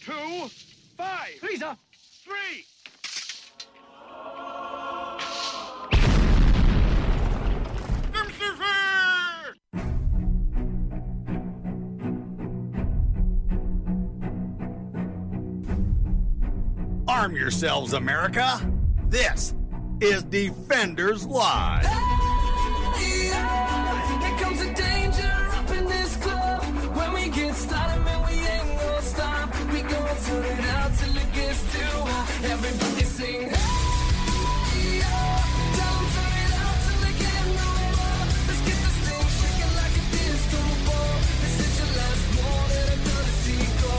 two, five. Lisa! Three. Lucifer! Arm yourselves, America. This is Defenders Live. Here comes the danger up in this club. When we get started, man, we ain't gonna stop. We gonna turn it out till it gets too hot. Everybody sing. "Hey, yo." Don't turn it out till they get no more. Let's get this thing shaking like a disco ball. This is your last warning, I'm gonna see go.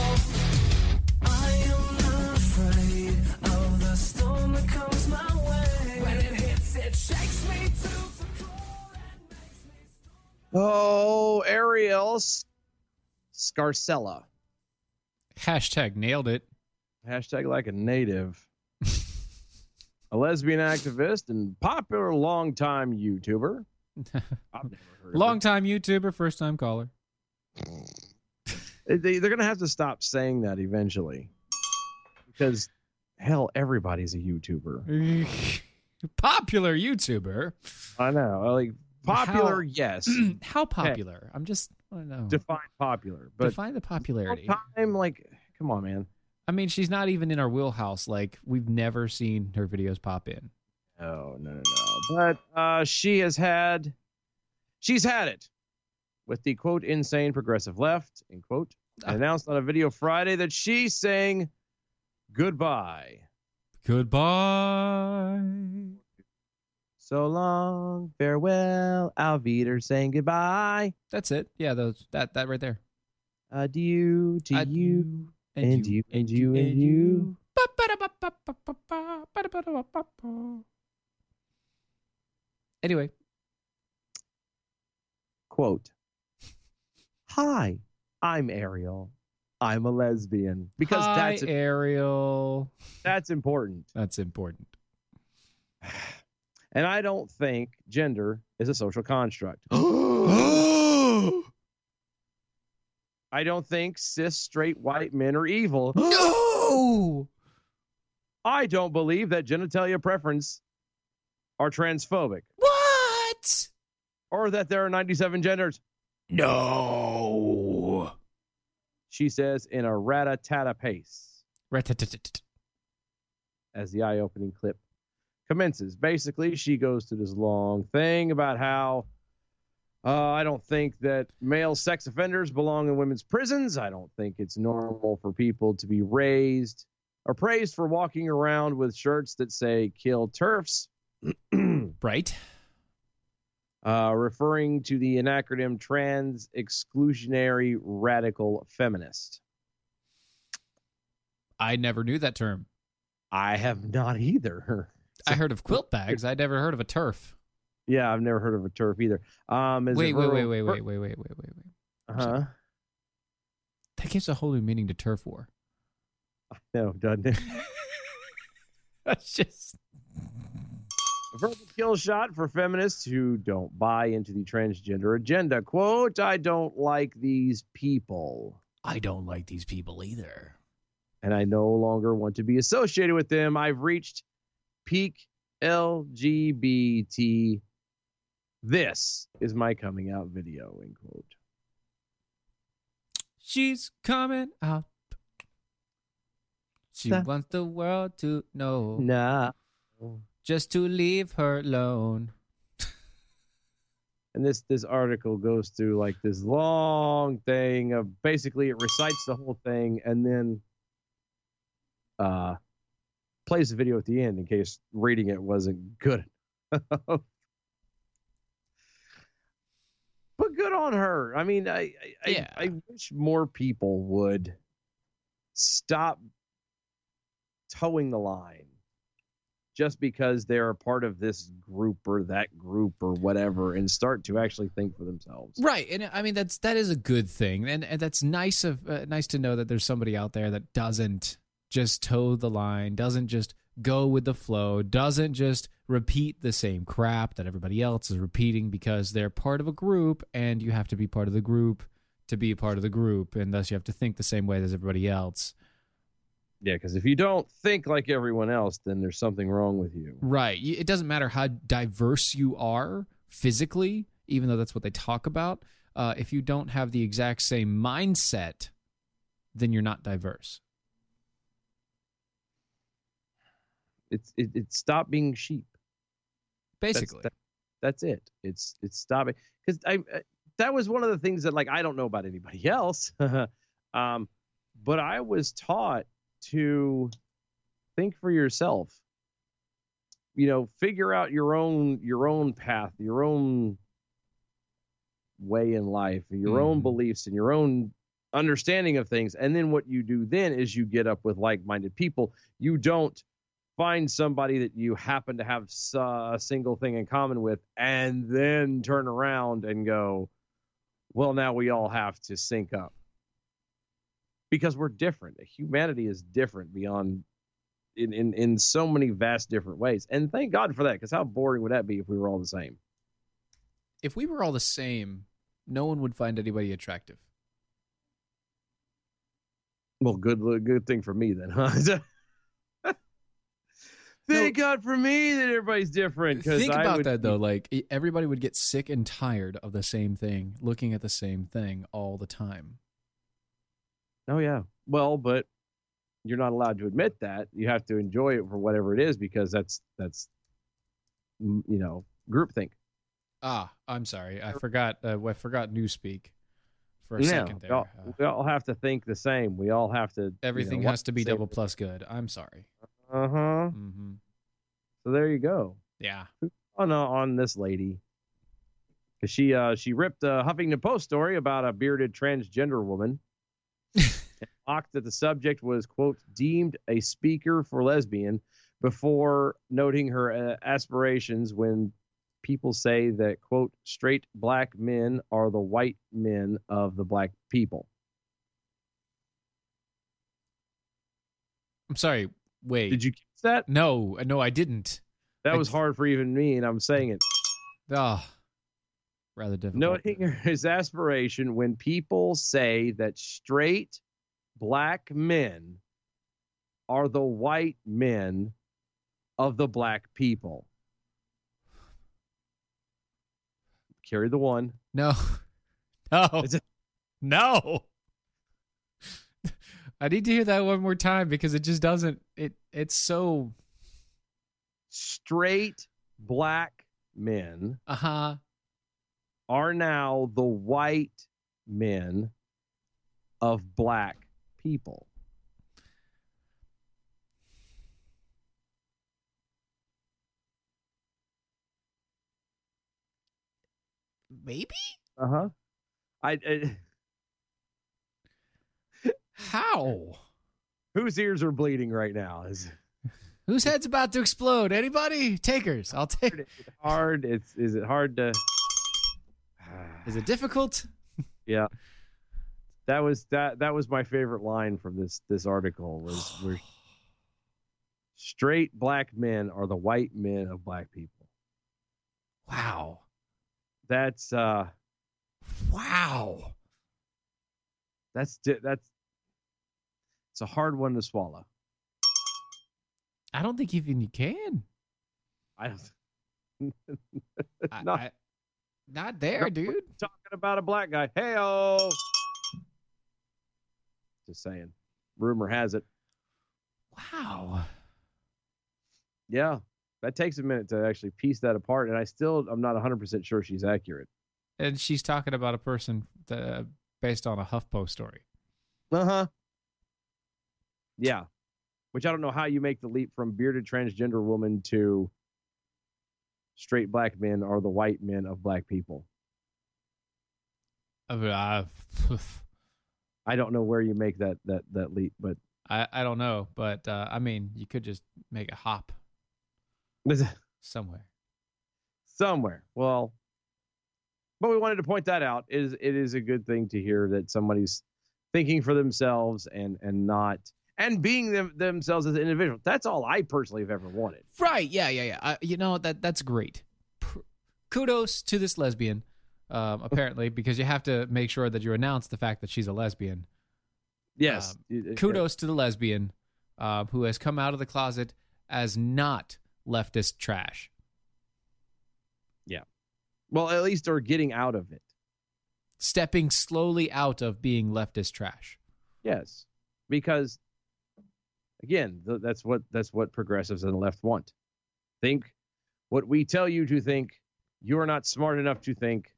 I am not afraid of the storm that comes my way. When it hits, it shakes me to the core and makes me Oh, Ariel S- Scarcella. Hashtag nailed it. Hashtag like a native. a lesbian activist and popular longtime YouTuber. I've never heard Long Long time YouTuber, first time caller. They, they're going to have to stop saying that eventually. Because, hell, everybody's a YouTuber. popular YouTuber. I know. Like, popular, How- yes. How popular? I'm just I don't know. Define popular. But Define the popularity. time, like, come on, man. I mean, she's not even in our wheelhouse. Like we've never seen her videos pop in. No, no, no, no. But uh, she has had, she's had it with the quote insane progressive left end quote. And announced on a video Friday that she sang goodbye, Goodbye. so long, farewell, auf saying goodbye, That's it. Yeah, those that that right there. adieu to I- you. and you, and you, and you. Ba-ba-da-ba-ba-ba-ba-ba, ba-da-ba-da-ba-ba-ba. Anyway, quote hi i'm ariel i'm a lesbian because hi, that's Ariel. that's important That's important. and i don't think gender is a social construct i don't think cis straight white men are evil No. i don't believe that genitalia preference are transphobic What? or that there are 97 genders No. she says in a rat-a-tat-a pace Rat-tat-tat-tat. as the eye opening clip commences. Basically, she goes to this long thing about how uh, I don't think that male sex offenders belong in women's prisons. I don't think it's normal for people to be raised or praised for walking around with shirts that say kill turfs. Right. Uh, referring to the acronym trans exclusionary radical feminist. I never knew that term. I have not either. I heard of quilt bags. I'd never heard of a turf. Yeah, I've never heard of a turf either. Um, is it Wait, wait, rural- wait, wait, wait, wait, wait, wait, wait, wait. Uh-huh. That gives a whole new meaning to turf war. No, doesn't it? That's just A verbal kill shot for feminists who don't buy into the transgender agenda. Quote, I don't like these people, I don't like these people either. and I no longer want to be associated with them. I've reached peak LGBT. This is my coming out video, end quote. She's coming up. She Sa- wants the world to know Nah. just to leave her alone. And this this article goes through like this long thing of basically it recites the whole thing and then uh plays the video at the end in case reading it wasn't good. enough. but good on her. I mean, I I, Yeah. I I wish more people would stop towing the line just because they're a part of this group or that group or whatever and start to actually think for themselves. Right, and I mean that's that is a good thing, and, and that's nice of uh, nice to know that there's somebody out there that doesn't just toe the line, doesn't just go with the flow, doesn't just repeat the same crap that everybody else is repeating because they're part of a group, and you have to be part of the group to be a part of the group, and thus you have to think the same way as everybody else. Yeah, because if you don't think like everyone else, then there's something wrong with you. Right. You- It doesn't matter how diverse you are physically, even though that's what they talk about. Uh, if you don't have the exact same mindset, then you're not diverse. It's it, it's stop being sheep. That's- Basically, that- that's it. It's it's stopping because I uh, that was one of the things that like I don't know about anybody else, um, but I was taught to think for yourself. You know, figure out your own your own path, your own way in life, your own Mhm. beliefs, and your own understanding of things. And then what you do then is you get up with like-minded people. You don't find somebody that you happen to have s- uh, a single thing in common with and then turn around and go well now we all have to sync up because we're different humanity is different beyond in in, in so many vast different ways and thank god for that because how boring would that be if we were all the same if we were all the same, no one would find anybody attractive. well good good thing for me then huh thank god for me that everybody's different 'cause Think I about would that be- though. Like e- everybody would get sick and tired of the same thing, looking at the same thing all the time. Oh yeah. Well, but you're not allowed to admit that. You have to enjoy it for whatever it is because that's that's mm, you know groupthink. Ah, I'm sorry, I forgot. Uh, I forgot Newspeak for a No, second there. We all, Uh, we all have to think the same. We all have to. everything has to be double plus good. I'm sorry. Uh huh. hmm So there you go. Yeah. On uh, on this lady, 'Cause she uh she ripped a Huffington Post story about a bearded transgender woman. and mocked that the subject was quote deemed a speaker for lesbian before noting her uh, aspirations when people say that quote straight black men are the white men of the black people I'm sorry. Wait. did you catch that No, uh, no, I didn't. that I was d- hard for even me and i'm saying it Ah, rather difficult. noting his aspiration when people say that straight black men are the white men of the black people. Carry the one. No, no, It's a- no. I need to hear that one more time because it just doesn't. It it's so Straight black men uh huh. are now the white men of black people. Maybe Uh huh. I, I how? whose ears are bleeding right now is Whose head's about to explode? Anybody? Takers. I'll take. hard. It's is it hard to? Is it difficult? That was that that was my favorite line from this this article was where straight black men are the white men of black people. Wow. That's uh Wow. that's di- that's it's a hard one to swallow. I don't think even you can. I don't I, No. I- not there, No. dude. talking about a black guy. Hey oh just saying. Rumor has it. Wow. Yeah. That takes a minute to actually piece that apart, and I still I'm not 100% sure she's accurate. And she's talking about a person uh, based on a HuffPo story. Uh huh. Yeah. Which I don't know how you make the leap from bearded transgender woman to straight black men are the white men of black people. I, mean, I, I don't know where you make that that that leap, but I I don't know, but uh, I mean, you could just make a hop somewhere. somewhere. Well, but we wanted to point that out. It is it is a good thing to hear that somebody's thinking for themselves and and not and being them, themselves as an individual. That's all I personally have ever wanted. Right? Yeah, yeah, yeah. I, you know that that's great. Pr- Kudos to this lesbian, um, apparently, because you have to make sure that you announce the fact that she's a lesbian. Yes. Um, It- it- Kudos to the lesbian uh, who has come out of the closet as not leftist trash. Well, at least are getting out of it. stepping slowly out of being leftist trash. Yes, because again, th- that's what that's what progressives and the left want. Think what we tell you to think. You are not smart enough to think.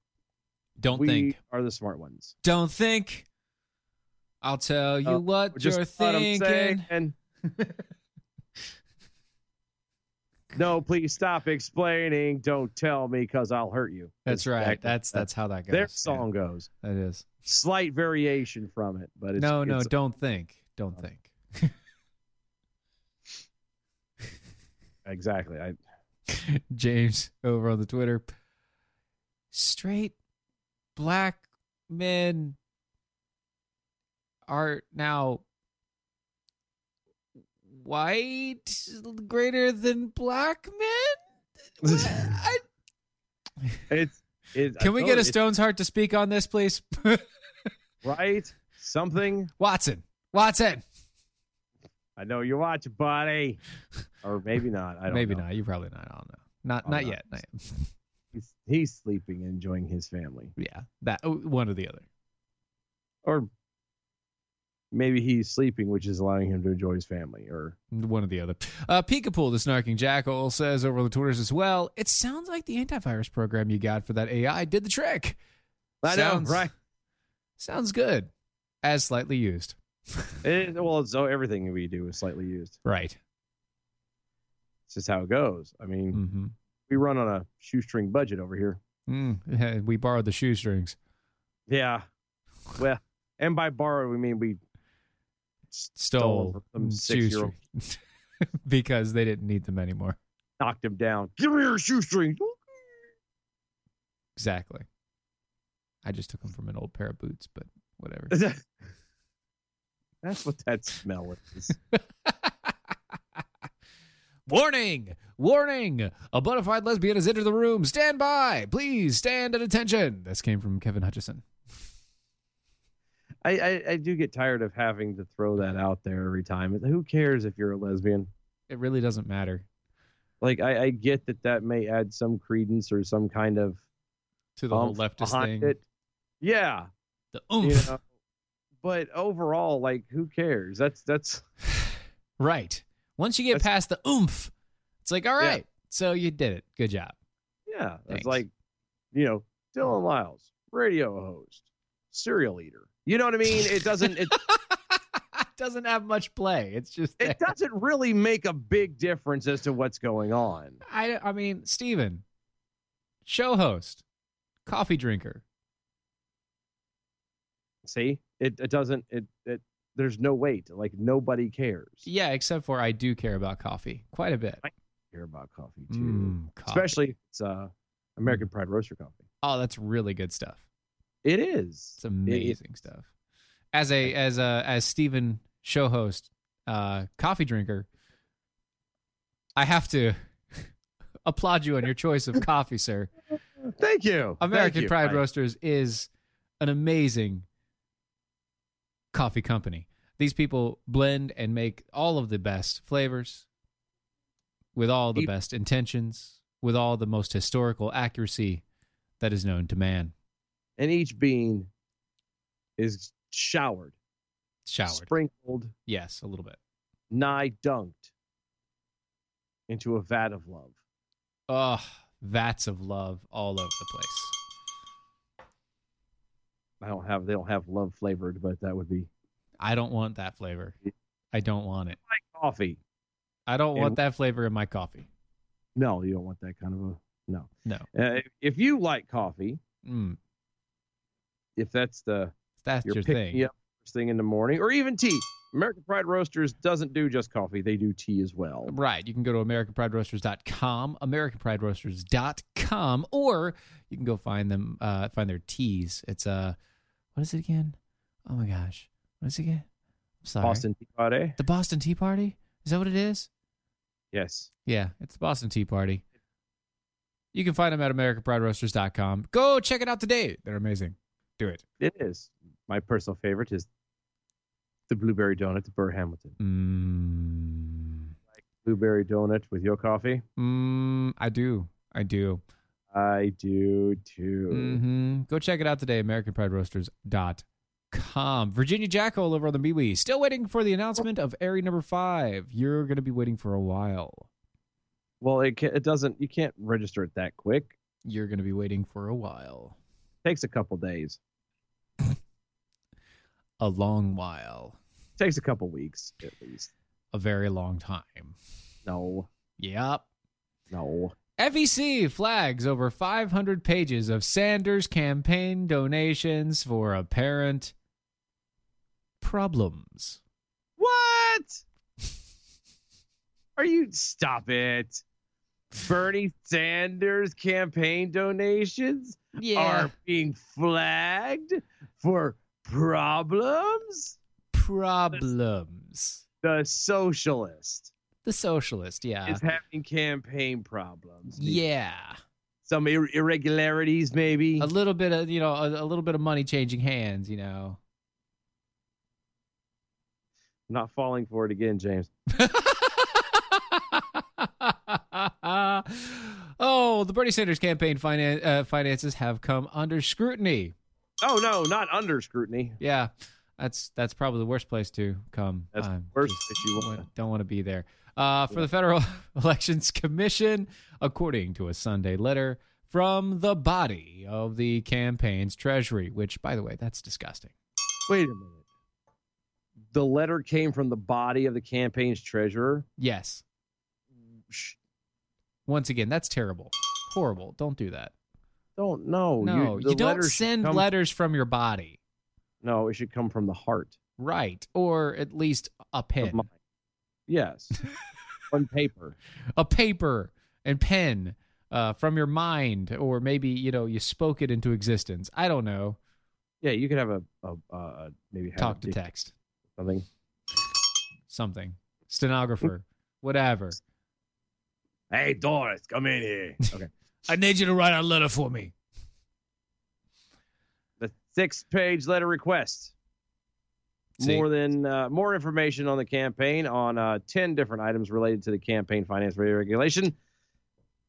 Don't we think. are the smart ones. Don't think. I'll tell you Uh, what Just you're let 'em say thinking. and no, please stop explaining. Don't tell me because I'll hurt you. That's Is right. exactly That's how that's how that goes. their Yeah, song goes. that is. Slight variation from it, but it's, no, no, it's- Oh. don't think. Don't think. exactly. I James over on the Twitter. Straight black men are now white greater than black men? What? I- it's. It, I Can we told get a you, it's Stone's Heart to speak on this, please? right? Something Watson. Watson. I know you watch, buddy. Or maybe not. I don't Maybe know. Oh, not. You're probably not. I don't know. Not I'm not not. yet. Not yet. He's, he's sleeping, enjoying his family. Yeah. That oh, one or the other. Or maybe he's sleeping, which is allowing him to enjoy his family. Or One or the other. Uh, Peekapool, the snarking jackal, says over on the Twitters as well. It sounds like the antivirus program you got for that AI did the trick. I know, Sounds- right? Sounds good, as slightly used. It, well, so everything we do is slightly used. Right. It's just how it goes. I mean, Mm-hmm. we run on a shoestring budget over here. Mm, we borrowed the shoestrings. Yeah. Well, and by borrowed we mean we Stole, Stole from some six-year-old. shoestring. because they didn't need them anymore. knocked him down. Give me your shoestring. Exactly. I just took them from an old pair of boots, but whatever. That's what that smell is. warning! Warning! A bona fide lesbian has entered the room. Stand by! Please stand at attention. This came from Kevin Hutchison. I, I I do get tired of having to throw that out there every time. Who cares if you're a lesbian? It really doesn't matter Like I, I get that that may add some credence or some kind of to the whole oomph leftist behind thing. It. Yeah, The you oomph. know. But overall, like, who cares? That's that's Right. Once you get That's- past the oomph, it's like, all Yeah. right, so you did it. Good job. yeah. Thanks. It's like, you know, Dylan Lyles, radio host, serial eater. You know what I mean? It doesn't it it doesn't have much play. It's just there. it doesn't really make a big difference as to what's going on. I, I mean, Steven, show host, coffee drinker. See, it it doesn't it it. There's no weight. Like nobody cares. Yeah, except for I do care about coffee quite a bit. care about coffee too, Mm, coffee. especially if it's uh, American Pride Roaster coffee. Oh, that's really good stuff. It is. It's amazing stuff. As a as a as Steven show host, uh coffee drinker, I have to applaud you on your choice of coffee, sir. Thank you, American Thank you. Pride I- Roasters is an amazing coffee company. These people blend and make all of the best flavors with all the Deep. best intentions, with all the most historical accuracy that is known to man. And each bean is showered, Showered. sprinkled, Yes, a little bit. nigh dunked into a vat of love. Oh, vats of love all over the place. I don't have. They don't have love flavored, but that would be I don't want that flavor. I don't want it. coffee. I don't And- want that flavor in my coffee. No, you don't want that kind of a no. No. Uh, if- if you like coffee, Mm, if that's the that's you're your picking thing. me up first thing in the morning, or even tea. American Pride Roasters doesn't do just coffee; they do tea as well. Right. You can go to AmericanPrideRoasters.com, AmericanPrideRoasters.com, or you can go find them, uh, find their teas. It's uh, what is it again? Oh my gosh. What is it again? I'm sorry. Boston Tea eh? Party. The Boston Tea Party? Is that what it is? Yes. Yeah, it's the Boston Tea Party. You can find them at AmericanPrideRoasters.com. Go check it out today. They're amazing. Do it. It is. My personal favorite is the blueberry donut at Burr Hamilton. Mm. blueberry donut with your coffee? Mm, I do. I do. I do too. hmm Go check it out today, AmericanPrideRoasters.com. Virginia Jackal over on the MeWe. Still waiting for the announcement of Airy number five. You're going to be waiting for a while. Well, it ca- it doesn't. You can't register it that quick. You're going to be waiting for a while. Takes a couple days. A long while. Takes a couple weeks at least. A very long time. No, Yep. no. FEC E flags over 500 pages of Sanders campaign donations for apparent problems. What? Are you? Stop it. Bernie Sanders campaign donations are being flagged for problems. problems. The socialist The socialist, yeah. is having campaign problems. yeah. Some ir- irregularities, maybe. A little bit of, you know, a, a little bit of money changing hands, you know. Not falling for it again, James. oh, the Bernie Sanders campaign finan- uh, finances have come under scrutiny. Oh no, not under scrutiny. Yeah, that's that's probably the worst place to come. That's I the worst just place you wa- want. Don't want to be there. Uh, for the Federal Elections Commission, according to a Sunday letter from the body of the campaign's treasury, which, by the way, that's disgusting. Wait a minute. The letter came from the body of the campaign's treasurer. Yes, Shh, once again, that's terrible, horrible. Don't do that. don't know. no, Oh, the you don't letter should send come- letters from your body, No, it should come from the heart. right? Or at least a of pen, mine. Yes, on paper. a paper and pen uh, from your mind, or maybe you know you spoke it into existence. I don't know. Yeah, you could have a, a, uh maybe have talk a to dic- text, something. something, stenographer, whatever. Hey Doris, come in here. Okay, I need you to write a letter for me. the six-page letter request. See? More than uh, more information on the campaign on uh, ten different items related to the campaign finance regulation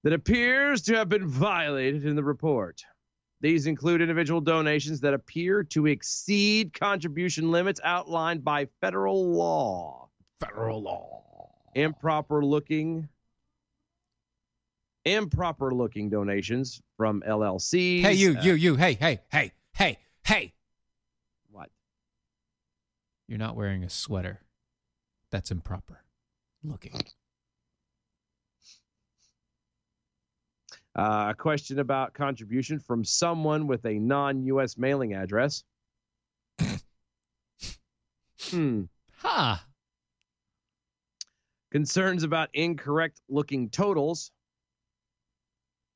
that appears to have been violated in the report. These include individual donations that appear to exceed contribution limits outlined by federal law. Federal law. improper looking improper looking donations from LLCs. Hey, you, Uh, you, you. Hey, hey, hey, hey, hey. What? You're not wearing a sweater. That's improper. Looking. Uh, a question about contribution from someone with a non-U.S. mailing address. hmm. Ha. Concerns about incorrect looking totals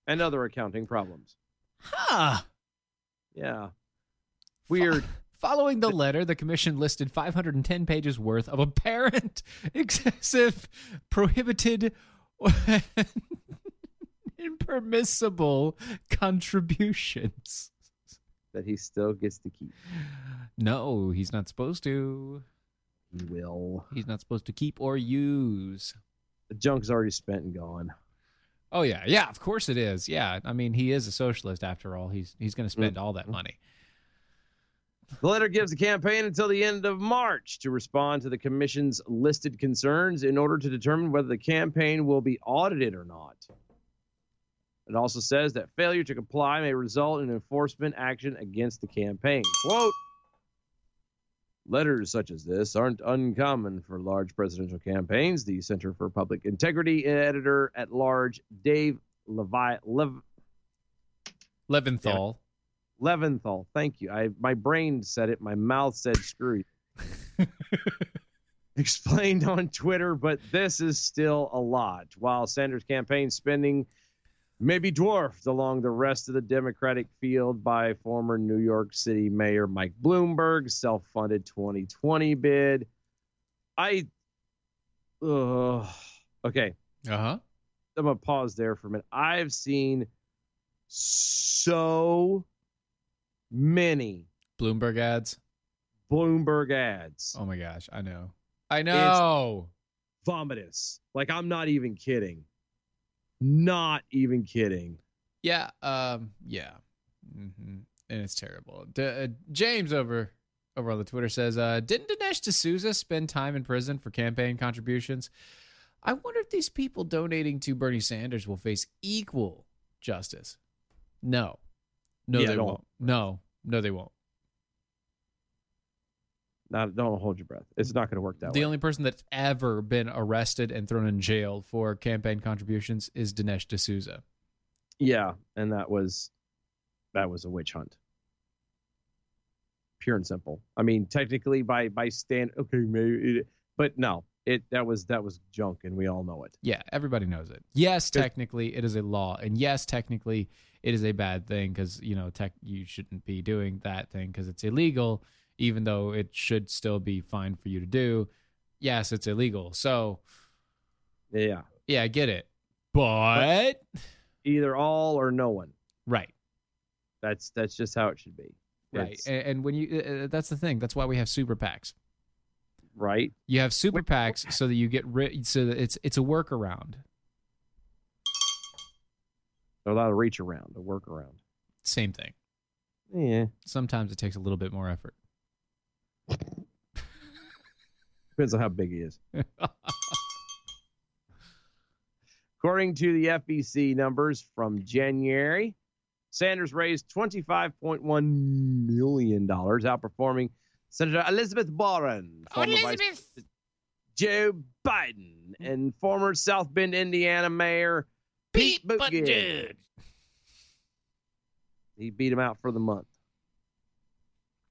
and other accounting problems. Ha. Yeah. Weird. Following the letter, the commission listed 510 pages worth of apparent excessive, prohibited, impermissible contributions. that he still gets to keep. No, he's not supposed to. He will. He's not supposed to keep or use. The junk's already spent and gone. Oh yeah, yeah, of course it is. Yeah, I mean he is a socialist after all. He's he's going to spend all that money. The letter gives the campaign until the end of March to respond to the commission's listed concerns in order to determine whether the campaign will be audited or not. It also says that failure to comply may result in enforcement action against the campaign. Quote Letters such as this aren't uncommon for large presidential campaigns. The Center for Public Integrity editor at large, Dave Levi, Lev, Leventhal. Leventhal. Thank you. I my brain said it, my mouth said screw you. Explained on Twitter, but this is still a lot. While Sanders' campaign spending may be dwarfed along the rest of the Democratic field by former New York City Mayor Mike Bloomberg's self-funded 2020 bid, I, Ugh. okay, Uh huh. I'm gonna pause there for a minute. I've seen so many Bloomberg ads. Bloomberg ads. Oh my gosh, I know. I know. vomitous. Like I'm not even kidding. Not even kidding. Yeah. Um. Yeah. hmm And it's terrible. D- uh, James over over on the Twitter says, uh, "Didn't Dinesh D'Souza spend time in prison for campaign contributions? I wonder if these people donating to Bernie Sanders will face equal justice. No, no, Yeah, they don't. won't. No, no, they won't. Not don't hold your breath. It's not going to work that the way. only person that's ever been arrested and thrown in jail for campaign contributions is Dinesh D'Souza. yeah, and that was that was a witch hunt. Pure and simple. I mean, technically by by stand okay, maybe it, but no. It that was that was junk and we all know it. Yeah, everybody knows it. Yes, Good. technically it is a law, and yes, technically it is a bad thing because you know tech you shouldn't be doing that thing because it's illegal, even though it should still be fine for you to do. Yes, it's illegal. So Yeah. yeah, I get it. But, Either all or no one. right, That's that's just how it should be. right, It's- and, and when you uh, uh, that's the thing. That's why we have super PACs. right? You have super PACs so that you get rid. So that it's it's a workaround. They're allowed to reach around, to work around. Same thing. Yeah. Sometimes it takes a little bit more effort. Depends on how big he is. According to the FEC numbers from January, Sanders raised $25.1 million, outperforming Senator Elizabeth Warren, former Vice Joe Biden, and former South Bend, Indiana Mayor Pete, Buttigieg. He beat him out for the month.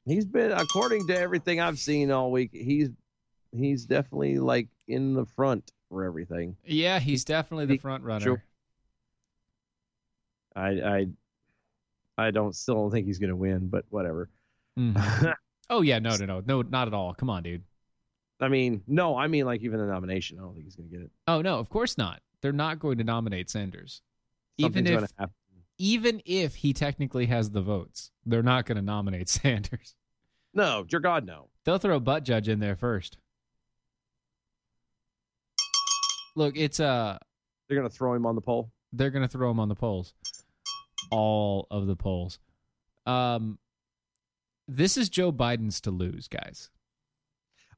He's been, according to everything I've seen all week, he's he's definitely like in the front for everything. Yeah, he's definitely the Be- front runner. sure. I I I don't still don't think he's gonna win, but whatever. Mhm. I Oh yeah, no, no, no, no, not at all. Come on, dude. mean, no, I mean like even the nomination, I don't think he's gonna get it. Oh no, of course not. They're not going to nominate Sanders, even Something's if gonna happen. even if he technically has the votes. They're not going to nominate Sanders. No, dear God, no. They'll throw butt judge in there first. Look, it's uh They're gonna throw him on the poll. they're going to throw him on the polls. All of the polls. Um this is Joe Biden's to lose, guys.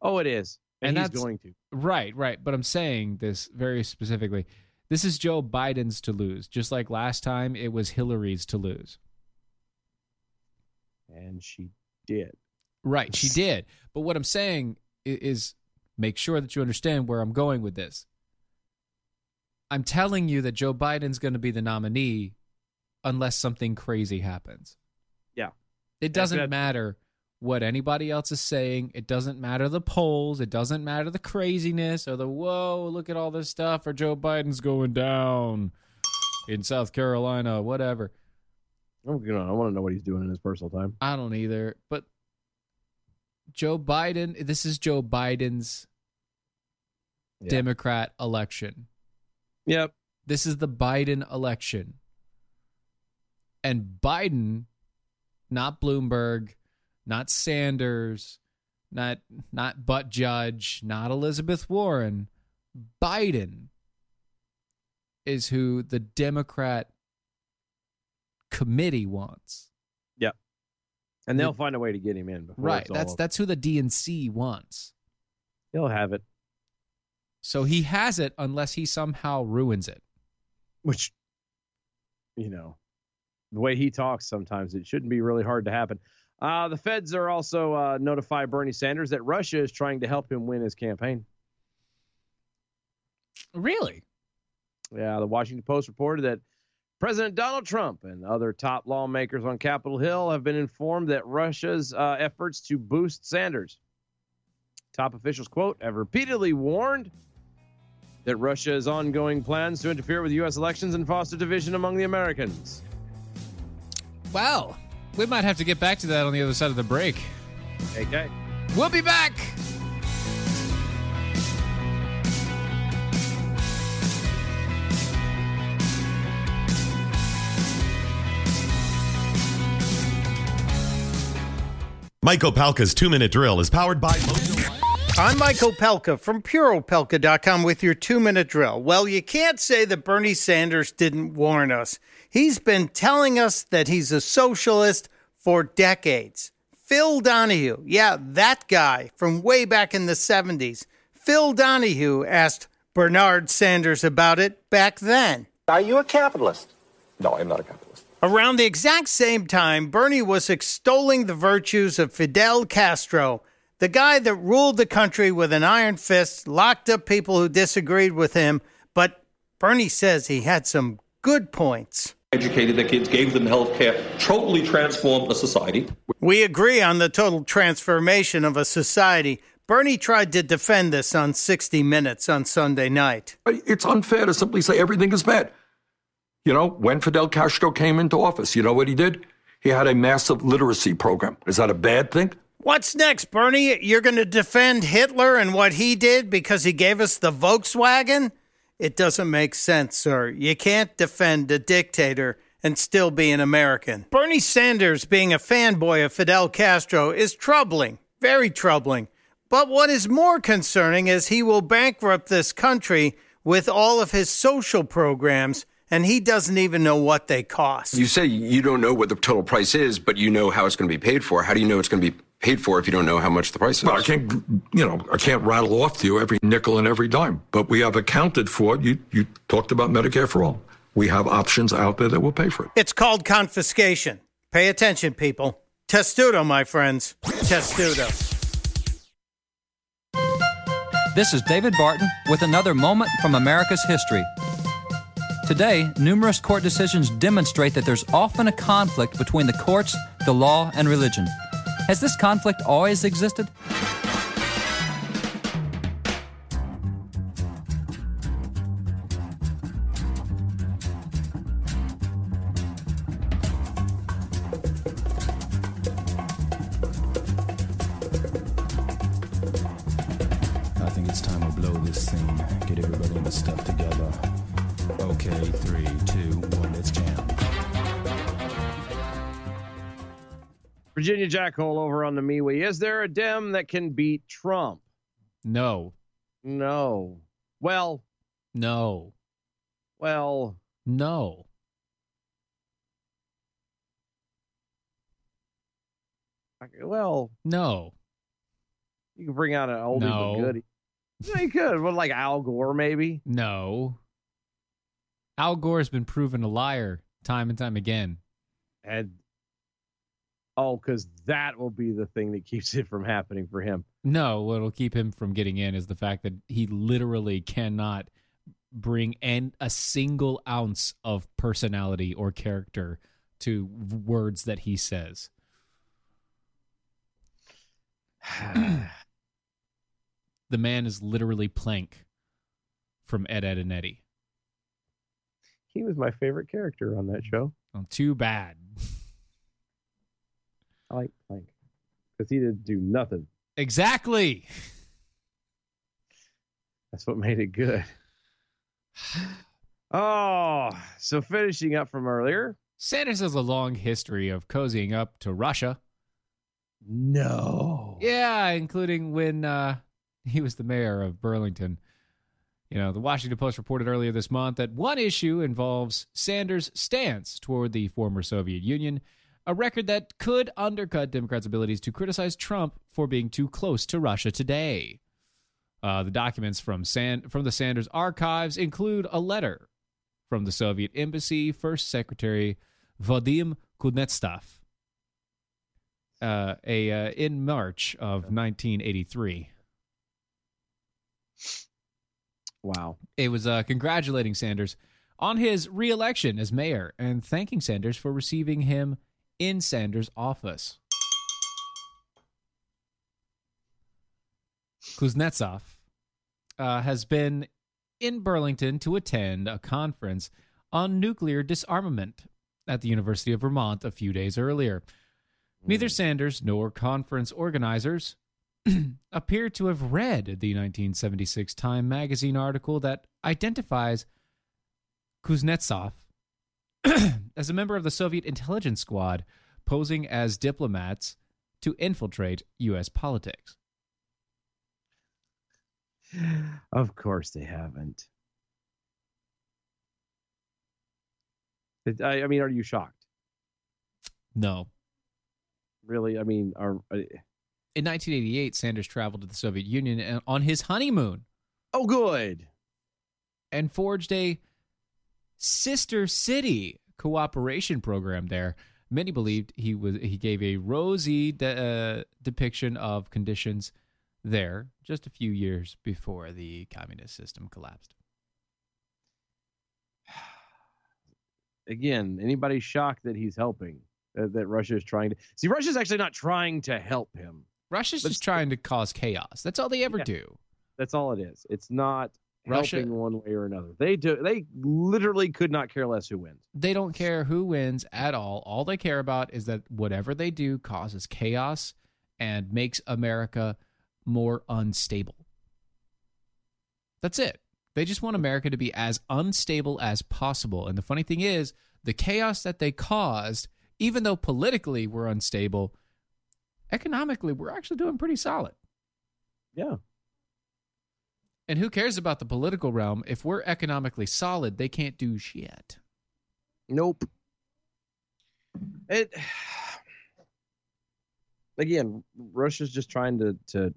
Oh, it is. And, And he's that's- going to. Right, right. But I'm saying this very specifically. This is Joe Biden's to lose, just like last time it was Hillary's to lose. And she did. Right, she did. But what I'm saying i- is make sure that you understand where I'm going with this. I'm telling you that Joe Biden's going to be the nominee unless something crazy happens. Yeah. It doesn't that- matter what anybody else is saying. It doesn't matter the polls. It doesn't matter the craziness or the whoa, look at all this stuff or Joe Biden's going down in South Carolina, whatever. I'm gonna I wanna know what he's doing in his personal time. I don't either. But Joe Biden, this is Joe Biden's Yeah. Democrat election. Yep. This is the Biden election. And Biden, not Bloomberg, not Sanders, not not Butt Judge, not Elizabeth Warren, Biden is who the Democrat committee wants. And they'll find a way to get him in before Right. it's all That's over. that's who the DNC wants. He'll have it. So he has it unless he somehow ruins it. Which you know, the way he talks sometimes it shouldn't be really hard to happen. Uh, the feds are also uh, notify Bernie Sanders that Russia is trying to help him win his campaign. Really? Yeah, the Washington Post reported that President Donald Trump and other top lawmakers on Capitol Hill have been informed that Russia's uh, efforts to boost Sanders. Top officials, quote, have repeatedly warned that Russia's ongoing plans to interfere with U.S. elections and foster division among the Americans. Wow. We might have to get back to that on the other side of the break. Okay. We'll be back. Mike Opalka's two minute drill is powered by Mojo. I'm Mike Opelka from PureOpelka.com with your two minute drill. Well, you can't say that Bernie Sanders didn't warn us. He's been telling us that he's a socialist for decades. Phil Donahue, yeah, that guy from way back in the 70s. Phil Donahue asked Bernard Sanders about it back then. Are you a capitalist? No, I'm not a capitalist. Around the exact same time, Bernie was extolling the virtues of Fidel Castro, the guy that ruled the country with an iron fist, locked up people who disagreed with him. But Bernie says he had some good points. Educated the kids, gave them health care, totally transformed the society. We agree on the total transformation of a society. Bernie tried to defend this on 60 Minutes on Sunday night. It's unfair to simply say everything is bad. You know, when Fidel Castro came into office, you know what he did? He had a massive literacy program. Is that a bad thing? What's next, Bernie? You're going to defend Hitler and what he did because he gave us the Volkswagen? It doesn't make sense, sir. You can't defend a dictator and still be an American. Bernie Sanders being a fanboy of Fidel Castro is troubling, very troubling. But what is more concerning is he will bankrupt this country with all of his social programs, and he doesn't even know what they cost. You say you don't know what the total price is, but you know how it's going to be paid for. How do you know it's going to be paid for if you don't know how much the price is? Well, I can't, you know, I can't rattle off to you every nickel and every dime, but we have accounted for it. You, you talked about Medicare for all. We have options out there that will pay for it. It's called confiscation. Pay attention, people. Testudo, my friends. Testudo. This is David Barton with another moment from America's history. Today, numerous court decisions demonstrate that there's often a conflict between the courts, the law, and religion. Has this conflict always existed? I think it's time to blow this thing. Get everybody in the stuff together. Okay, three, two, one, let's jam. Virginia Jackhole over on the MeWe. Is there a Dem that can beat Trump? No, No. Well, no, well, no. I- well. No. You can bring out an oldie No. but goodie. Yeah, you could. What, like Al Gore, maybe? No. Al Gore's been proven a liar time and time again. And oh, because that will be the thing that keeps it from happening for him. No, what'll keep him from getting in is the fact that he literally cannot bring an, a single ounce of personality or character to words that he says. The man is literally Plank from Ed, Ed, and Eddie. he was my favorite character on that show. Oh, too bad. I like Plank because he didn't do nothing. Exactly. That's what made it good. Oh, so finishing up from earlier. Sanders has a long history of cozying up to Russia. No. Yeah, including when uh, he was the mayor of Burlington. You know, the Washington Post reported earlier this month that one issue involves Sanders' stance toward the former Soviet Union, a record that could undercut Democrats' abilities to criticize Trump for being too close to Russia today. Uh, the documents from San- from the Sanders archives include a letter from the Soviet embassy first secretary Vadim Kuznetsov uh, a uh, in March of 1983. Wow. It was uh, congratulating Sanders on his reelection as mayor and thanking Sanders for receiving him in Sanders' office. Kuznetsov uh, has been in Burlington to attend a conference on nuclear disarmament at the University of Vermont a few days earlier. Neither Sanders nor conference organizers appear to have read the 1976 Time magazine article that identifies Kuznetsov as a member of the Soviet intelligence squad posing as diplomats to infiltrate U.S. politics. Of course they haven't. It- I, I mean, are you shocked? No. Really? I mean, are. uh, In 1988, Sanders traveled to the Soviet Union and- on his honeymoon. Oh, good. And forged a sister city cooperation program there. Many believed he was he gave a rosy de- uh, depiction of conditions there just a few years before the communist system collapsed. Again, anybody shocked that he's helping? uh, that Russia is trying to. See, Russia's actually not trying to help him. Russia's just trying to cause chaos. That's all they ever Yeah. do. That's all it is. It's not Russia- helping one way or another. They do. They literally could not care less who wins. They don't care who wins at all. All they care about is that whatever they do causes chaos and makes America more unstable. That's it. They just want America to be as unstable as possible. And the funny thing is, the chaos that they caused, even though politically we're unstable, economically we're actually doing pretty solid. Yeah. And who cares about the political realm? If we're economically solid, they can't do shit. Nope. It again, Russia's just trying to to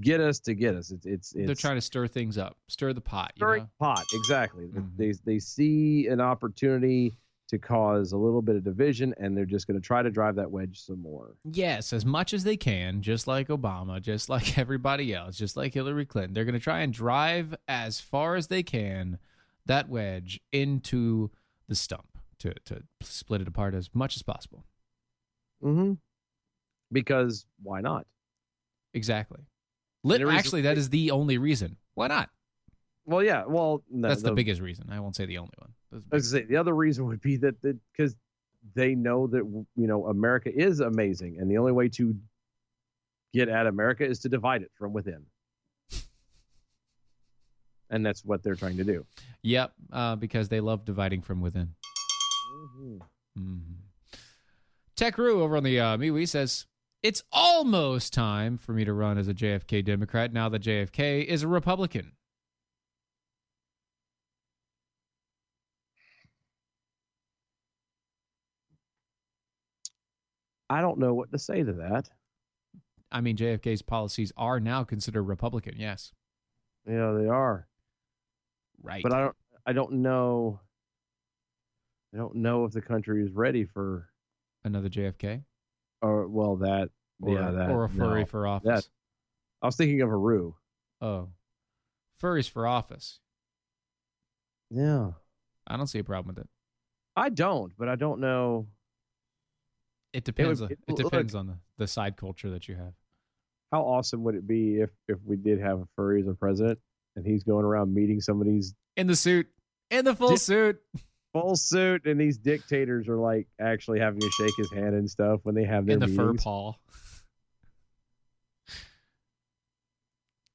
get us to get us. It's it's, it's They're trying to stir things up, stir the pot. You stirring know? pot exactly. They they see an opportunity to cause a little bit of division, and they're just going to try to drive that wedge some more. Yes, as much as they can, just like Obama, just like everybody else, just like Hillary Clinton. They're going to try and drive as far as they can that wedge into the stump to, to split it apart as much as possible. Mm-hmm. Because why not? Exactly. Lit- the reason- actually, that is the only reason. Why not? Well, yeah. Well, no, That's the, biggest reason. I won't say the only one. That's the I was gonna say, the other reason would be that because they know that you know America is amazing, and the only way to get at America is to divide it from within, and that's what they're trying to do. Yep, uh, because they love dividing from within. Mm-hmm. Mm-hmm. Tech Rue over on the uh, MeWe says, It's almost time for me to run as a JFK Democrat now that JFK is a Republican. I don't know what to say to that. I mean, JFK's policies are now considered Republican, yes. Yeah, they are, Right. but I don't. I don't know. I don't know if the country is ready for, Another JFK? or well, that Or, yeah, that or a furry no. for office. I was thinking of a Rue. Oh. Furries for office. Yeah, I don't see a problem with it. I don't, but I don't know. It depends, would- on, it- it, look- depends on the, the side culture that you have. how awesome would it be if if we did have a furry as a president and he's going around meeting somebody's In the suit. In the full Di- suit. full suit and these dictators are like actually having to shake his hand and stuff when they have their In the fur meetings. paw.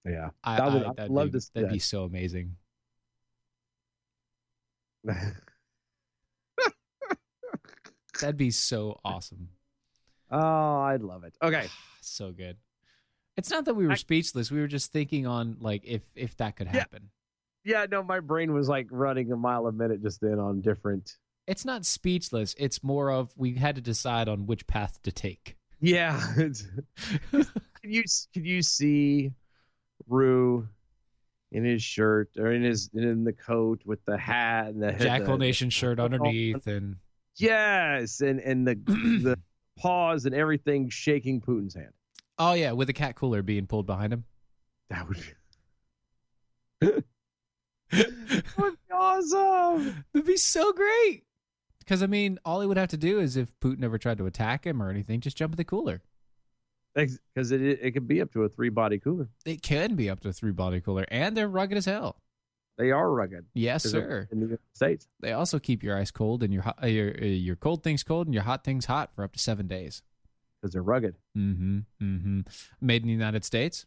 Yeah, I, That would- I- I'd that'd love be, to see That'd that. be so amazing. That'd be so awesome. oh, I'd love it. Okay, So good. It's not that we were speechless. We were just thinking on like if if that could Yeah. happen. yeah, no, my brain was like running a mile a minute just then on different. It's not speechless. It's more of we had to decide on which path to take. Yeah, it's- can you can you see Rue in his shirt or in his in the coat with the hat and the Jackal the- Nation shirt underneath and Yes, and and the the paws and everything shaking Putin's hand. oh yeah, with a cat cooler being pulled behind him. That would be, that would be awesome. That'd be so great. Because I mean, all he would have to do is if Putin ever tried to attack him or anything, just jump in the cooler. Because it it could be up to a three body cooler. It can be up to three body cooler, and they're rugged as hell. They are rugged. Yes, 'Cause sir. In the United States. They also keep your ice cold and your hot, uh, your uh, your cold things cold and your hot things hot for up to seven days. Because they're rugged. Mm-hmm. Mm-hmm. Made in the United States.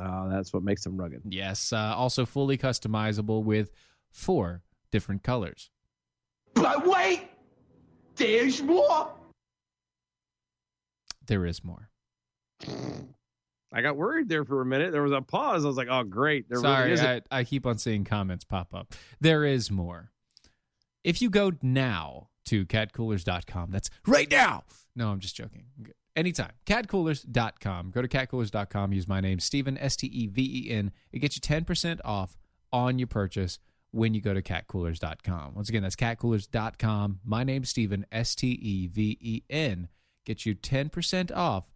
Oh, that's what makes them rugged. Yes. Uh, also fully customizable with four different colors. But wait! There's more! There is more. I got worried there for a minute. There was a pause. I was like, oh, great. There Sorry, really isn't. I, I keep on seeing comments pop up. There is more. If you go now to catcoolers.com, that's right now. No, I'm just joking. Anytime. Catcoolers.com. Go to catcoolers.com. Use my name, Steven, S T E V E N. It gets you 10% off on your purchase when you go to catcoolers.com. Once again, that's catcoolers.com. My name's Steven, S T E V E N. Get you 10% off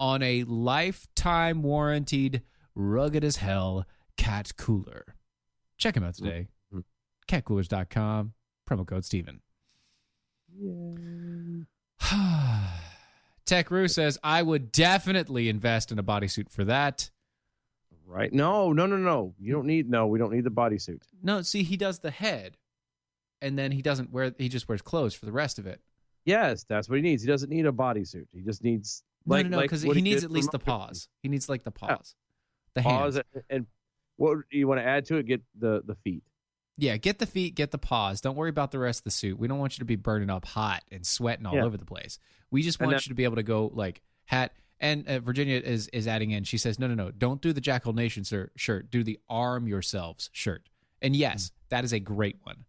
on a lifetime warranted, rugged as hell cat cooler. Check him out Mm-hmm. today. Catcoolers.com, promo code Steven. Tech Roo says, I would definitely invest in a bodysuit for that. Right? No, no, no, no. You don't need, no, we don't need the bodysuit. No, see, he does the head, and then he doesn't wear, he just wears clothes for the rest of it. Yes, that's what he needs. He doesn't need a bodysuit. He just needs, like, no, no, no, like because what he needs did at least for the Mario. paws. He needs like the Yeah. paws, the Paws hands. and, and what you want to add to it? Get the, the feet. Yeah, get the feet, get the paws. Don't worry about the rest of the suit. We don't want you to be burning up hot and sweating all Yeah. over the place. We just And want that- you to be able to go like hat. And uh, Virginia is is adding in. She says, no, no, no, don't do the Jackal Nation sir, shirt. Do the Arm Yourselves shirt. And yes, that is a great one.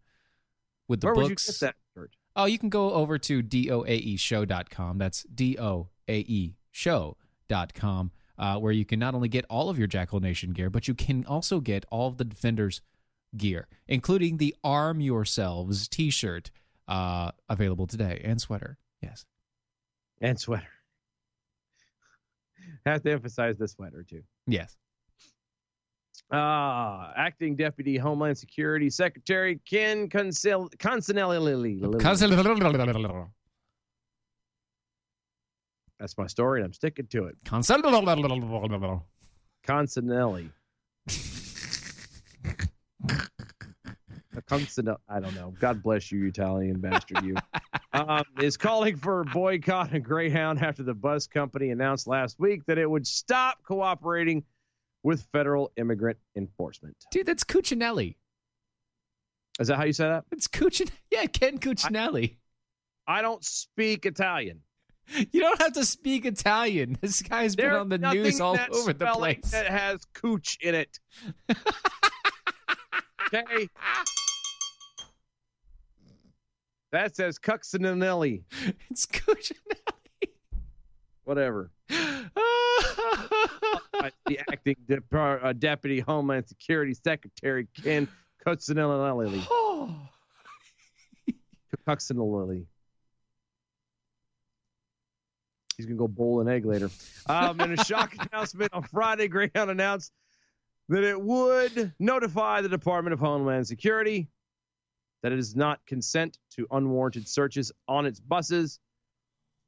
With the Hmm. Where would you books. get that shirt? Oh, you can go over to doaeshow.com. That's D-O-A-E show.com, uh, where you can not only get all of your Jackal Nation gear, but you can also get all of the Defenders gear, including the Arm Yourselves t-shirt uh, available today and sweater. Yes. And sweater. Have to emphasize the sweater, too. Yes. Ah, acting deputy Homeland Security Secretary Ken Consil- Consinelli. Consel- That's my story, and I'm sticking to it. Consel- Consinelli. A Consinelli. I don't know. God bless you, Italian bastard. You um, is calling for a boycott of Greyhound after the bus company announced last week that it would stop cooperating with federal immigrant enforcement. Dude, that's Cuccinelli. Is that how you say that? That's Cuccin. Yeah, Ken Cuccinelli. I don't speak Italian. You don't have to speak Italian. This guy's been There's on the nothing news all that's over the spelling place. That has cooch in it. okay. That says Cuxinelli. It's Cuccinelli. Whatever. Uh, the acting de- uh, deputy Homeland Security Secretary Ken Cuxinelli. oh. Cuxinelli. He's gonna go bowl an egg later. Um, in a shock announcement on Friday, Greyhound announced that it would notify the Department of Homeland Security that it does not consent to unwarranted searches on its buses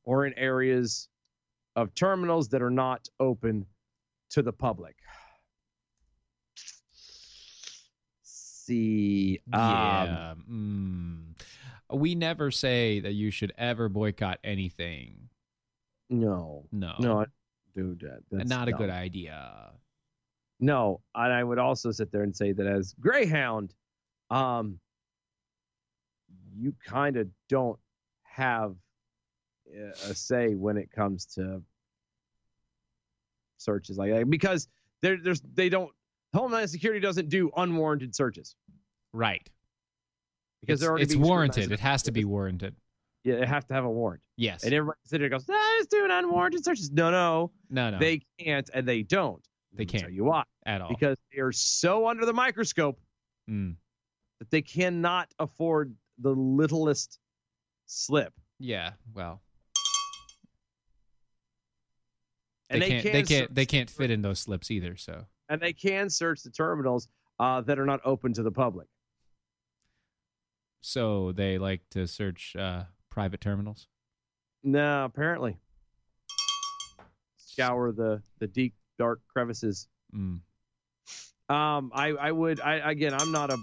or in areas of terminals that are not open to the public. See, um, Yeah. mm. We never say that you should ever boycott anything. no, No. no, I- dude, that- that's Oh. not a dumb. good idea. No, and I would also sit there and say that as Greyhound, um, you kind of don't have a say when it comes to searches like that because there, there's they don't Homeland Security doesn't do unwarranted searches Right. because it's they're already it's being warranted. scrutinized. It has to be warranted. Yeah, they have to have a warrant, Yes. and everybody sits there and goes, "Ah, it's doing unwarranted searches." No, no, no, no. they can't, and they don't. They Let me can't. tell you why at all. because they are so under the microscope Mm. that they cannot afford the littlest slip. Yeah. Well, And they, they, can't. can They can't. They search- can't fit in those slips either. So And they can search the terminals uh, that are not open to the public. so they like to search uh, private terminals. No, apparently. Scour the the deep dark crevices. Mm. Um, I I would I again I'm not a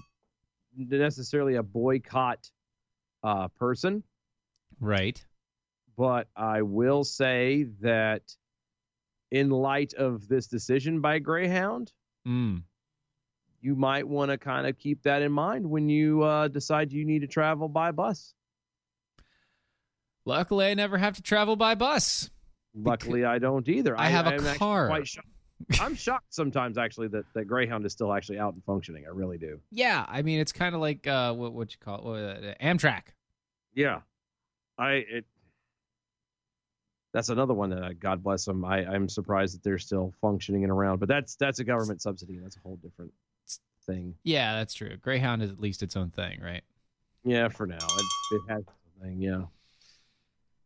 necessarily a boycott uh, person. Right. but I will say that in light of this decision by Greyhound, Mm. you might want to kind of keep that in mind when you uh, decide you need to travel by bus. Luckily, I never have to travel by bus. Luckily, I don't either. I have a I'm actually car. Quite shocked I'm shocked sometimes actually that, that Greyhound is still actually out and functioning. I really do. Yeah, I mean, it's kind of like uh, what what you call it, uh, Amtrak. Yeah, I it. That's another one. Uh, God bless them. I I'm surprised that they're still functioning and around, but that's that's a government subsidy. That's a whole different thing. Yeah, that's true. Greyhound is at least its own thing, right? Yeah, for now it, it has its own thing. Yeah.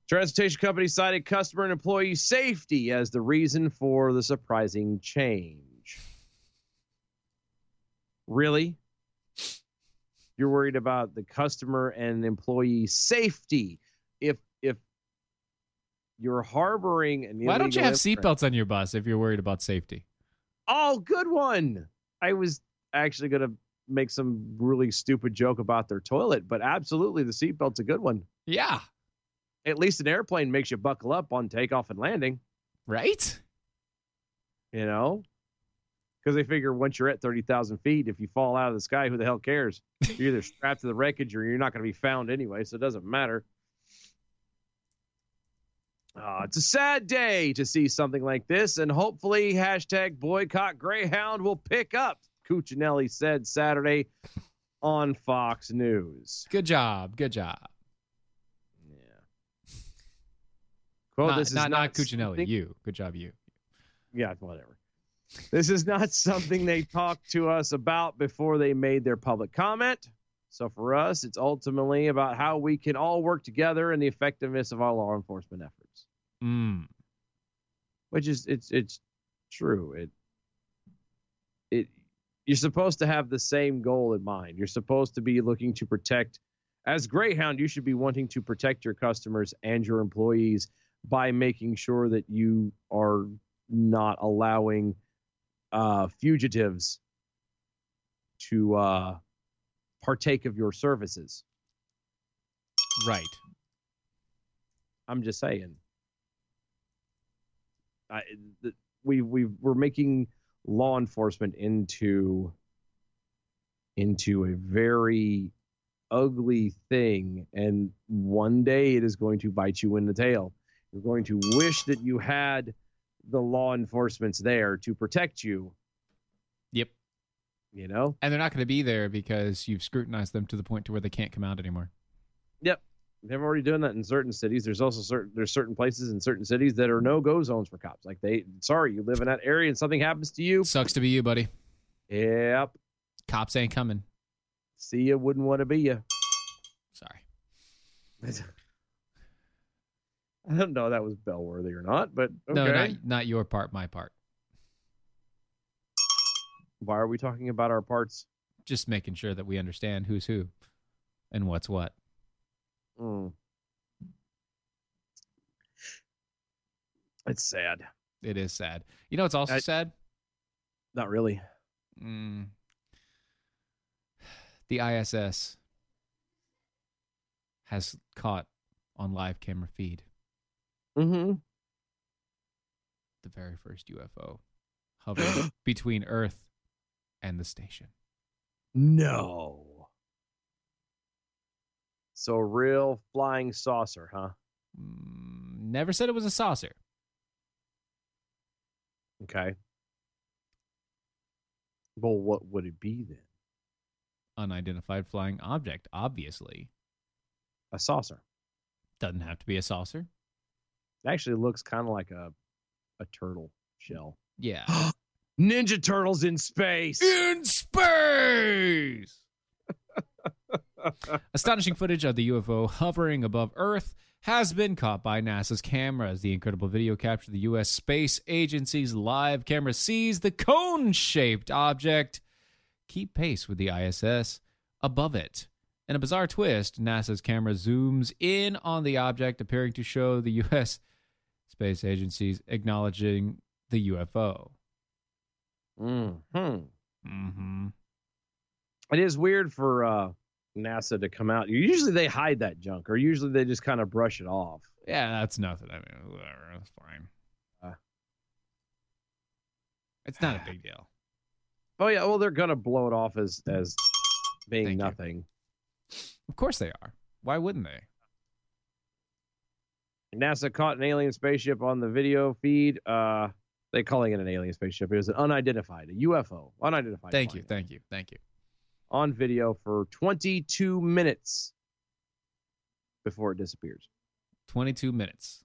Transportation company cited customer and employee safety as the reason for the surprising change. Really? You're worried about the customer and employee safety if if you're harboring an Why don't you have illegal immigrant- seatbelts on your bus if you're worried about safety? Oh, good one. I was actually going to make some really stupid joke about their toilet, but absolutely the seatbelt's a good one. Yeah. At least an airplane makes you buckle up on takeoff and landing. Right? you know because they figure once you're at 30,000 feet if you fall out of the sky who the hell cares you're either strapped to the wreckage or you're not going to be found anyway so it doesn't matter uh, it's a sad day to see something like this and hopefully hashtag boycott greyhound will pick up cuccinelli said saturday on fox news Good job. Good job. Quote, not, Oh, this is not, not something- Cuccinelli. You. Good job, you. yeah, whatever. This is not something they talked to us about before they made their public comment. So for us, it's ultimately about how we can all work together and the effectiveness of our law enforcement efforts, Mm. which is it's it's true. It it you're supposed to have the same goal in mind. You're supposed to be looking to protect as Greyhound, you should be wanting to protect your customers and your employees by making sure that you are not allowing uh, fugitives to uh, partake of your services. Right. I'm just saying. I, th- we we we're making law enforcement into into a very ugly thing, and one day it is going to bite you in the tail. You're going to wish that you had the law enforcement's there to protect you. Yep. You know. And they're not going to be there because you've scrutinized them to the point to where they can't come out anymore. Yep. They're already doing that in certain cities. There's also certain there's certain places in certain cities that are no go zones for cops. Like they sorry, you live in that area and something happens to you. Sucks to be you, buddy. Yep. Cops ain't coming. See you wouldn't want to be you. Sorry. I don't know if that was bellworthy or not, but okay. No, not, not your part, my part. Why are we talking about our parts? Just making sure that we understand who's who and what's what. Mm. It's sad. It is sad. You know what's also I- sad? Not really. Mm. The ISS has caught on live camera feed Mm-hmm. the very first UFO hovering between Earth and the station. No. So a real flying saucer, huh? Mm, Never said it was a saucer. Okay. Well, what would it be then? Unidentified flying object, obviously. A saucer. Doesn't have to be a saucer. It actually looks kind of like a a turtle shell. Yeah. Ninja Turtles in space. In space! Astonishing footage of the UFO hovering above Earth has been caught by NASA's cameras. The incredible video captured the U.S. Space Agency's live camera sees the cone shaped object keep pace with the ISS above it. In a bizarre twist, NASA's camera zooms in on the object, appearing to show the U.S. Space Agency's acknowledging the UFO. Mm-hmm. Mm-hmm. It is weird for uh, NASA to come out. Usually they hide that junk, or usually they just kind of brush it off. Yeah, that's nothing. I mean, whatever. That's fine. Uh. it's not a big deal. Oh yeah, well they're gonna blow it off as as being Thank you. nothing. Of course they are. Why wouldn't they? NASA caught an alien spaceship on the video feed. Uh, they calling it an alien spaceship. It was an unidentified, a UFO, unidentified. Thank plane you, thank you, thank you. On video for 22 minutes before it disappears. 22 minutes.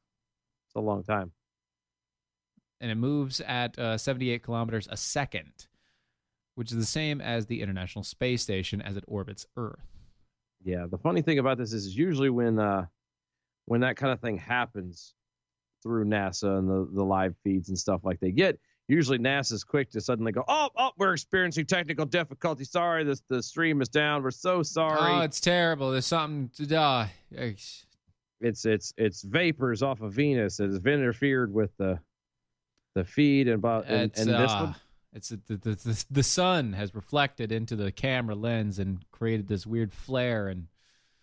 It's a long time. and it moves at uh, 78 kilometers a second, which is the same as the International Space Station as it orbits Earth. Yeah, the funny thing about this is, is usually when uh, when that kind of thing happens through NASA and the, the live feeds and stuff like they get, usually NASA's quick to suddenly go, oh, oh, we're experiencing technical difficulty. Sorry, this the stream is down. We're so sorry. Oh, it's terrible. There's something to uh, it's- it's it's it's vapors off of Venus that has interfered with the the feed and about and, It's, and this uh, one. It's the, the, the, the sun has reflected into the camera lens and created this weird flare, and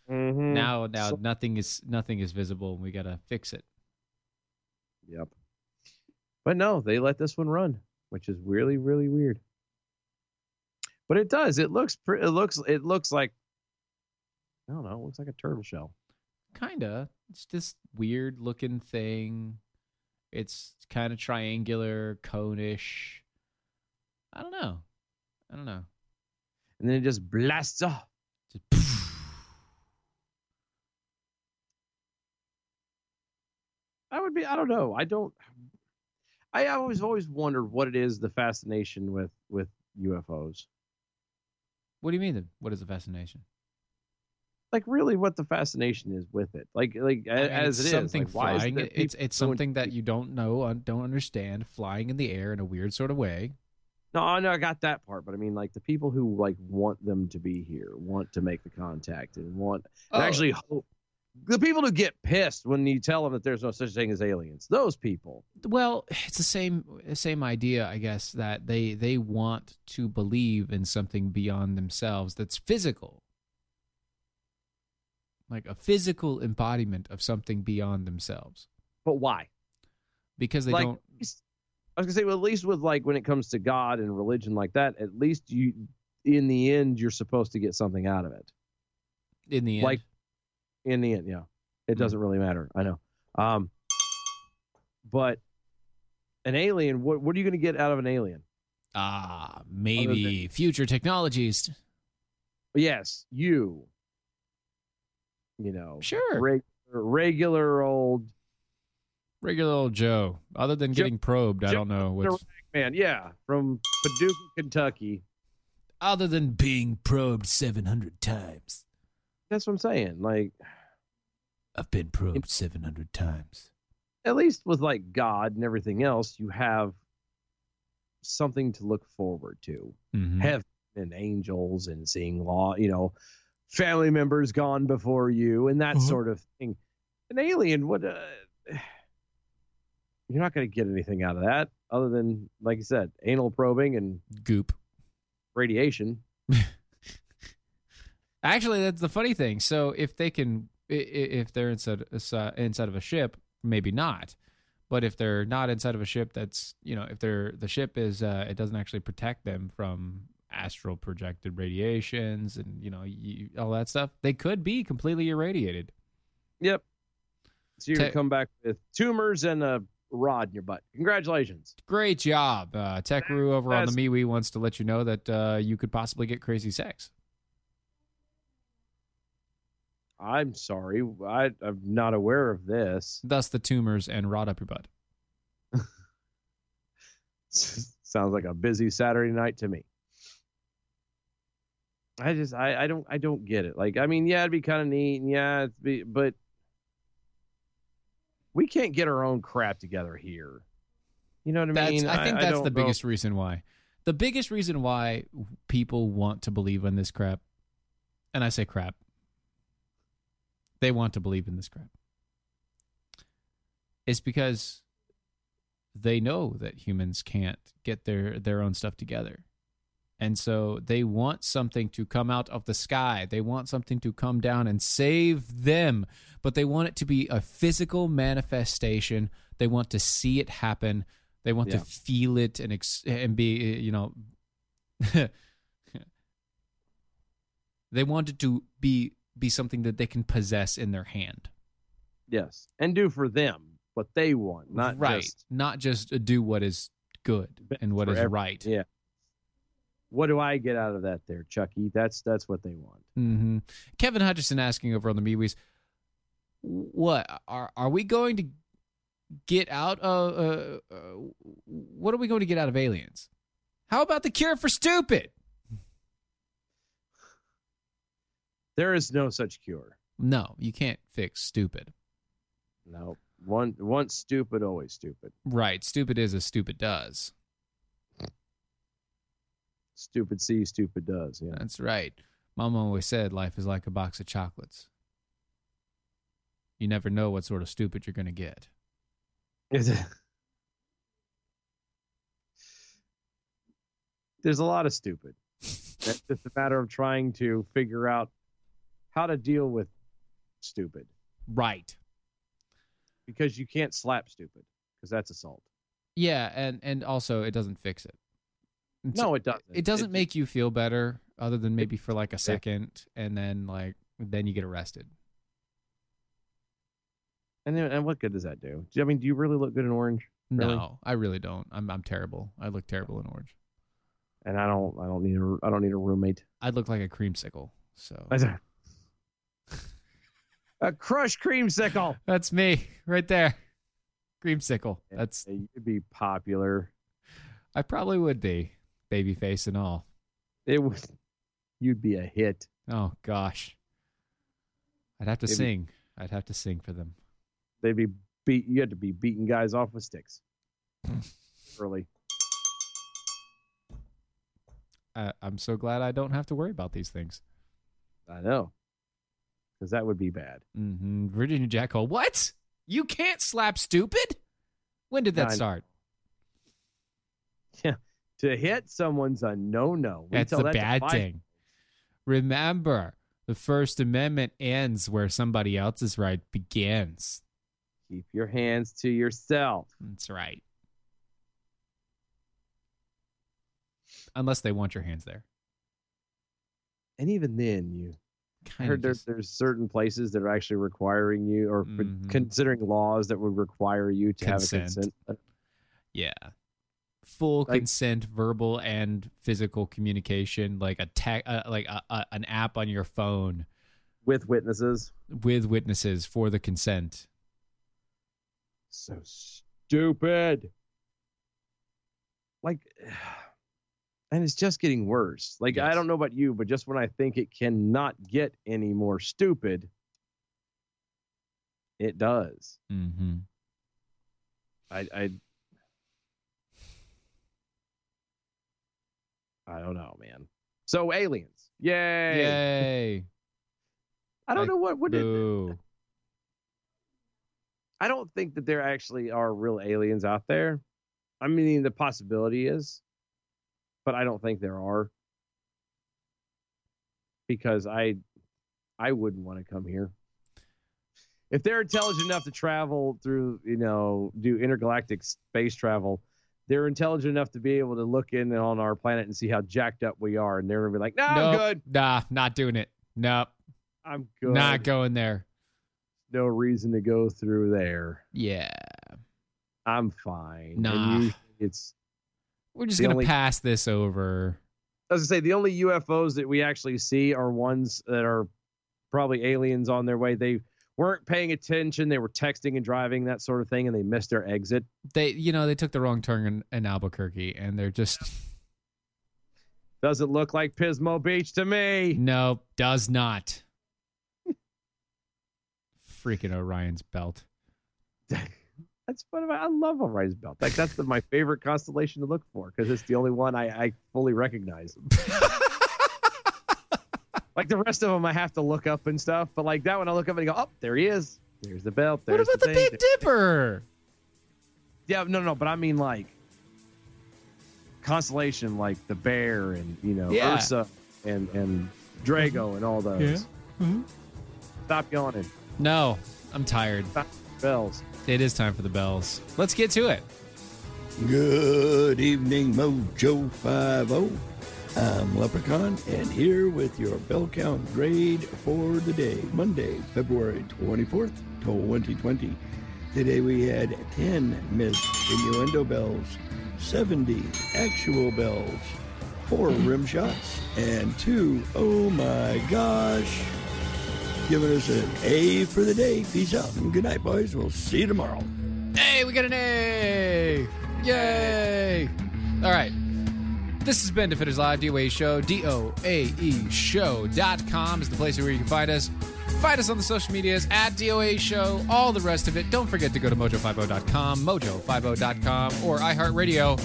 Mhm. now now So- nothing is nothing is visible, and we gotta fix it. Yep. But no, they let this one run, which is really really weird. But it does. It looks pretty. It looks. It looks like. I don't know. It looks like a turtle shell. Kinda. It's this weird looking thing. It's kind of triangular, conish. I don't know. I don't know. And then it just blasts off. I would be. I don't know. I don't. I always always wondered what it is the fascination with with UFOs. What do you mean? the- What is the fascination? Like really, what the fascination is with it? Like like I mean, as it's it is, something like, why is flying. there it- it's people it's going- something that you don't know, un- don't understand, flying in the air in a weird sort of way. No, I know I got that part, but I mean, like the people who like want them to be here, want to make the contact, and want and Oh. actually hope. The people who get pissed when you tell them that there's no such thing as aliens, those people. Well, it's the same same idea, I guess, that they they want to believe in something beyond themselves that's physical. Like a physical embodiment of something beyond themselves. But why? Because they like, don't at least- I was gonna say, well, at least with like when it comes to God and religion like that, at least you, in the end, you're supposed to get something out of it. in the end Hmm. like- In the end, yeah, it doesn't really matter. I know. Um, but an alien, what what are you gonna get out of an alien? ah, maybe future technologies. Yes, you. You know, Sure. reg- regular old Regular old Joe. Other than Joe- getting probed, I Joe- don't know what's man, yeah, from Paducah, Kentucky. other than being probed 700 times. That's what I'm saying. Like, I've been probed 700 times. at least with like God and everything else, you have something to look forward to. Mhm. Heaven and angels and seeing law, you know, family members gone before you and that sort of thing. An alien would. Uh, you're not going to get anything out of that other than, like you said, anal probing and Goop. radiation. Actually, that's the funny thing. So if they can, i- i- if they're inside inside inside of a ship, maybe not. But if they're not inside of a ship, that's you know, if they're the ship is, uh, it doesn't actually protect them from astral projected radiations and you know you, all that stuff. They could be completely irradiated. Yep. So you're going Te- to come back with tumors and a rod in your butt. Congratulations. Great job, uh, Tech Roo over on the That's- MeWe wants to let you know that uh, you could possibly get crazy sex. I'm sorry. I, I'm not aware of this. Thus, the tumors and rot up your butt. Sounds like a busy Saturday night to me. I just I, I don't I don't get it. Like I mean, yeah, it'd be kind of neat, and yeah, it'd be, but we can't get our own crap together here. You know what I mean? That's, I think that's don't the know. biggest reason why. The biggest reason why people want to believe in this crap, and I say crap, they want to believe in this crap, is because they know that humans can't get their, their own stuff together. And so they want something to come out of the sky. They want something to come down and save them, but they want it to be a physical manifestation. They want to see it happen. They want Yeah. to feel it and ex- and be uh, you know they want it to be be something that they can possess in their hand. yes, and do for them what they want, not right. just Not just uh, do what is good and what is Forever. right. Yeah. What do I get out of that there, Chucky? That's that's what they want. hmm Kevin Hutchinson asking over on the MeWe's, what are are we going to get out of? Uh, uh, what are we going to get out of aliens? How about the cure for stupid? There is no such cure. No, you can't fix stupid. No. One once stupid, always stupid. Right, stupid is as stupid does. Stupid see, stupid does. Yeah. That's right. Mom always said life is like a box of chocolates. You never know what sort of stupid you're going to get. Is it- There's a lot of stupid. It's just a matter of trying to figure out how to deal with stupid Right. because you can't slap stupid because that's assault. Yeah, and and also it doesn't fix it. It's- No, it doesn't. It doesn't make you feel better, other than maybe for like a second, and then like then you get arrested. And then, and what good does that do? do? I mean, do you really look good in orange? Really? No, I really don't. I'm I'm terrible. I look terrible in orange. And I don't. I don't need a. I don't need a roommate. I look like a creamsicle. So a crushed creamsicle. that's me right there, creamsicle. That's Yeah, You'd be popular. I probably would be baby face and all. It would. You'd be a hit. Oh gosh, I'd have to Maybe- sing. I'd have to sing for them. They'd be beat. You had to be beating guys off with sticks. Early. I, I'm so glad I don't have to worry about these things. I know. Because that would be bad. hmm Virginia Jack Hole. What? You can't slap stupid? When did that Nine. start? To hit someone's a no-no. We That's tell a that to bad five- thing. Remember, the First Amendment ends where somebody else's right begins. Keep your hands to yourself. That's right. Unless they want your hands there. And even then, you I Kind heard of there's just- there's certain places that are actually requiring you or for- Mhm. considering laws that would require you to have a Consent. consent. uh, yeah. Full Like- consent, verbal and physical communication, like a tech, uh, like a, a, an app on your phone with witnesses. with witnesses for the consent. So stupid. Like, and it's just getting worse. Like, I Yes. don't know about you, but just when I think it cannot get any more stupid, it does. Mm-hmm. I, I, I don't know, man. So aliens, yay! Yay! I don't Like, know what what. Did, Boo. I don't think that there actually are real aliens out there. I mean, the possibility is, but I don't think there are because I, I wouldn't want to come here. If they're intelligent enough to travel through, you know, do intergalactic space travel, they're intelligent enough to be able to look in on our planet and see how jacked up we are, and they're gonna be like, "No, I'm Nope. Ah, good. Nah, not doing it. Nope. I'm good. Not going there. No reason to go through there. Yeah. I'm fine." And Nah. usually it's We're just The going to only- pass this over. as I say, the only UFOs that we actually see are ones that are probably aliens on their way. They weren't paying attention. They were texting and driving, that sort of thing, and they missed their exit. They, you know, they took the wrong turn in, in Albuquerque and they're just, Doesn't look like Pismo Beach to me. nope, does not. Freaking Orion's belt. That's what I I love Orion's Belt. Like that's the, my favorite constellation to look for because it's the only one I, I fully recognize. like the rest of them, I have to look up and stuff. But like that one, I look up and I go, "Oh, there he is. There's the belt. what There's about the, thing. Big Dipper? Yeah, no, no, but I mean like constellation, like the bear and you know Yeah. Ursa and and Drago and all those. Stop yawning. No, I'm tired. Stop bells. It is time for the bells. Let's get to it. Good evening, Mojo 50. I'm Leprechaun, and here with your bell count grade for the day, Monday, February 24th, 2020. Today we had 10 missed innuendo bells, 70 actual bells, four rim shots, and two, oh my gosh, giving us an A for the day. Peace out and good night, boys. We'll see you tomorrow. Hey, we got an A! Yay! All right. This has been Defenders Live, DOA Show, D-O-A-E Show.com is the place where you can find us. Find us on the social medias at DOA Show, all the rest of it. Don't forget to oh go to mojo50.com, mojo50.com, or iHeartRadio.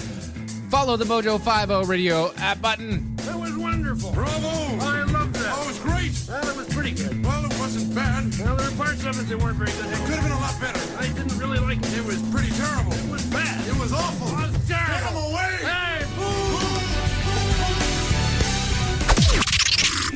Follow the Mojo50 radio app button. That was wonderful. Bravo. I loved that. Oh, it was great. Well, it was pretty good. Well, it wasn't bad. Well, there were parts of it that weren't very good. It could have been a lot better. I didn't really like it. It was pretty terrible. It was bad. It was awful. It was terrible. Get 'em away. Hey,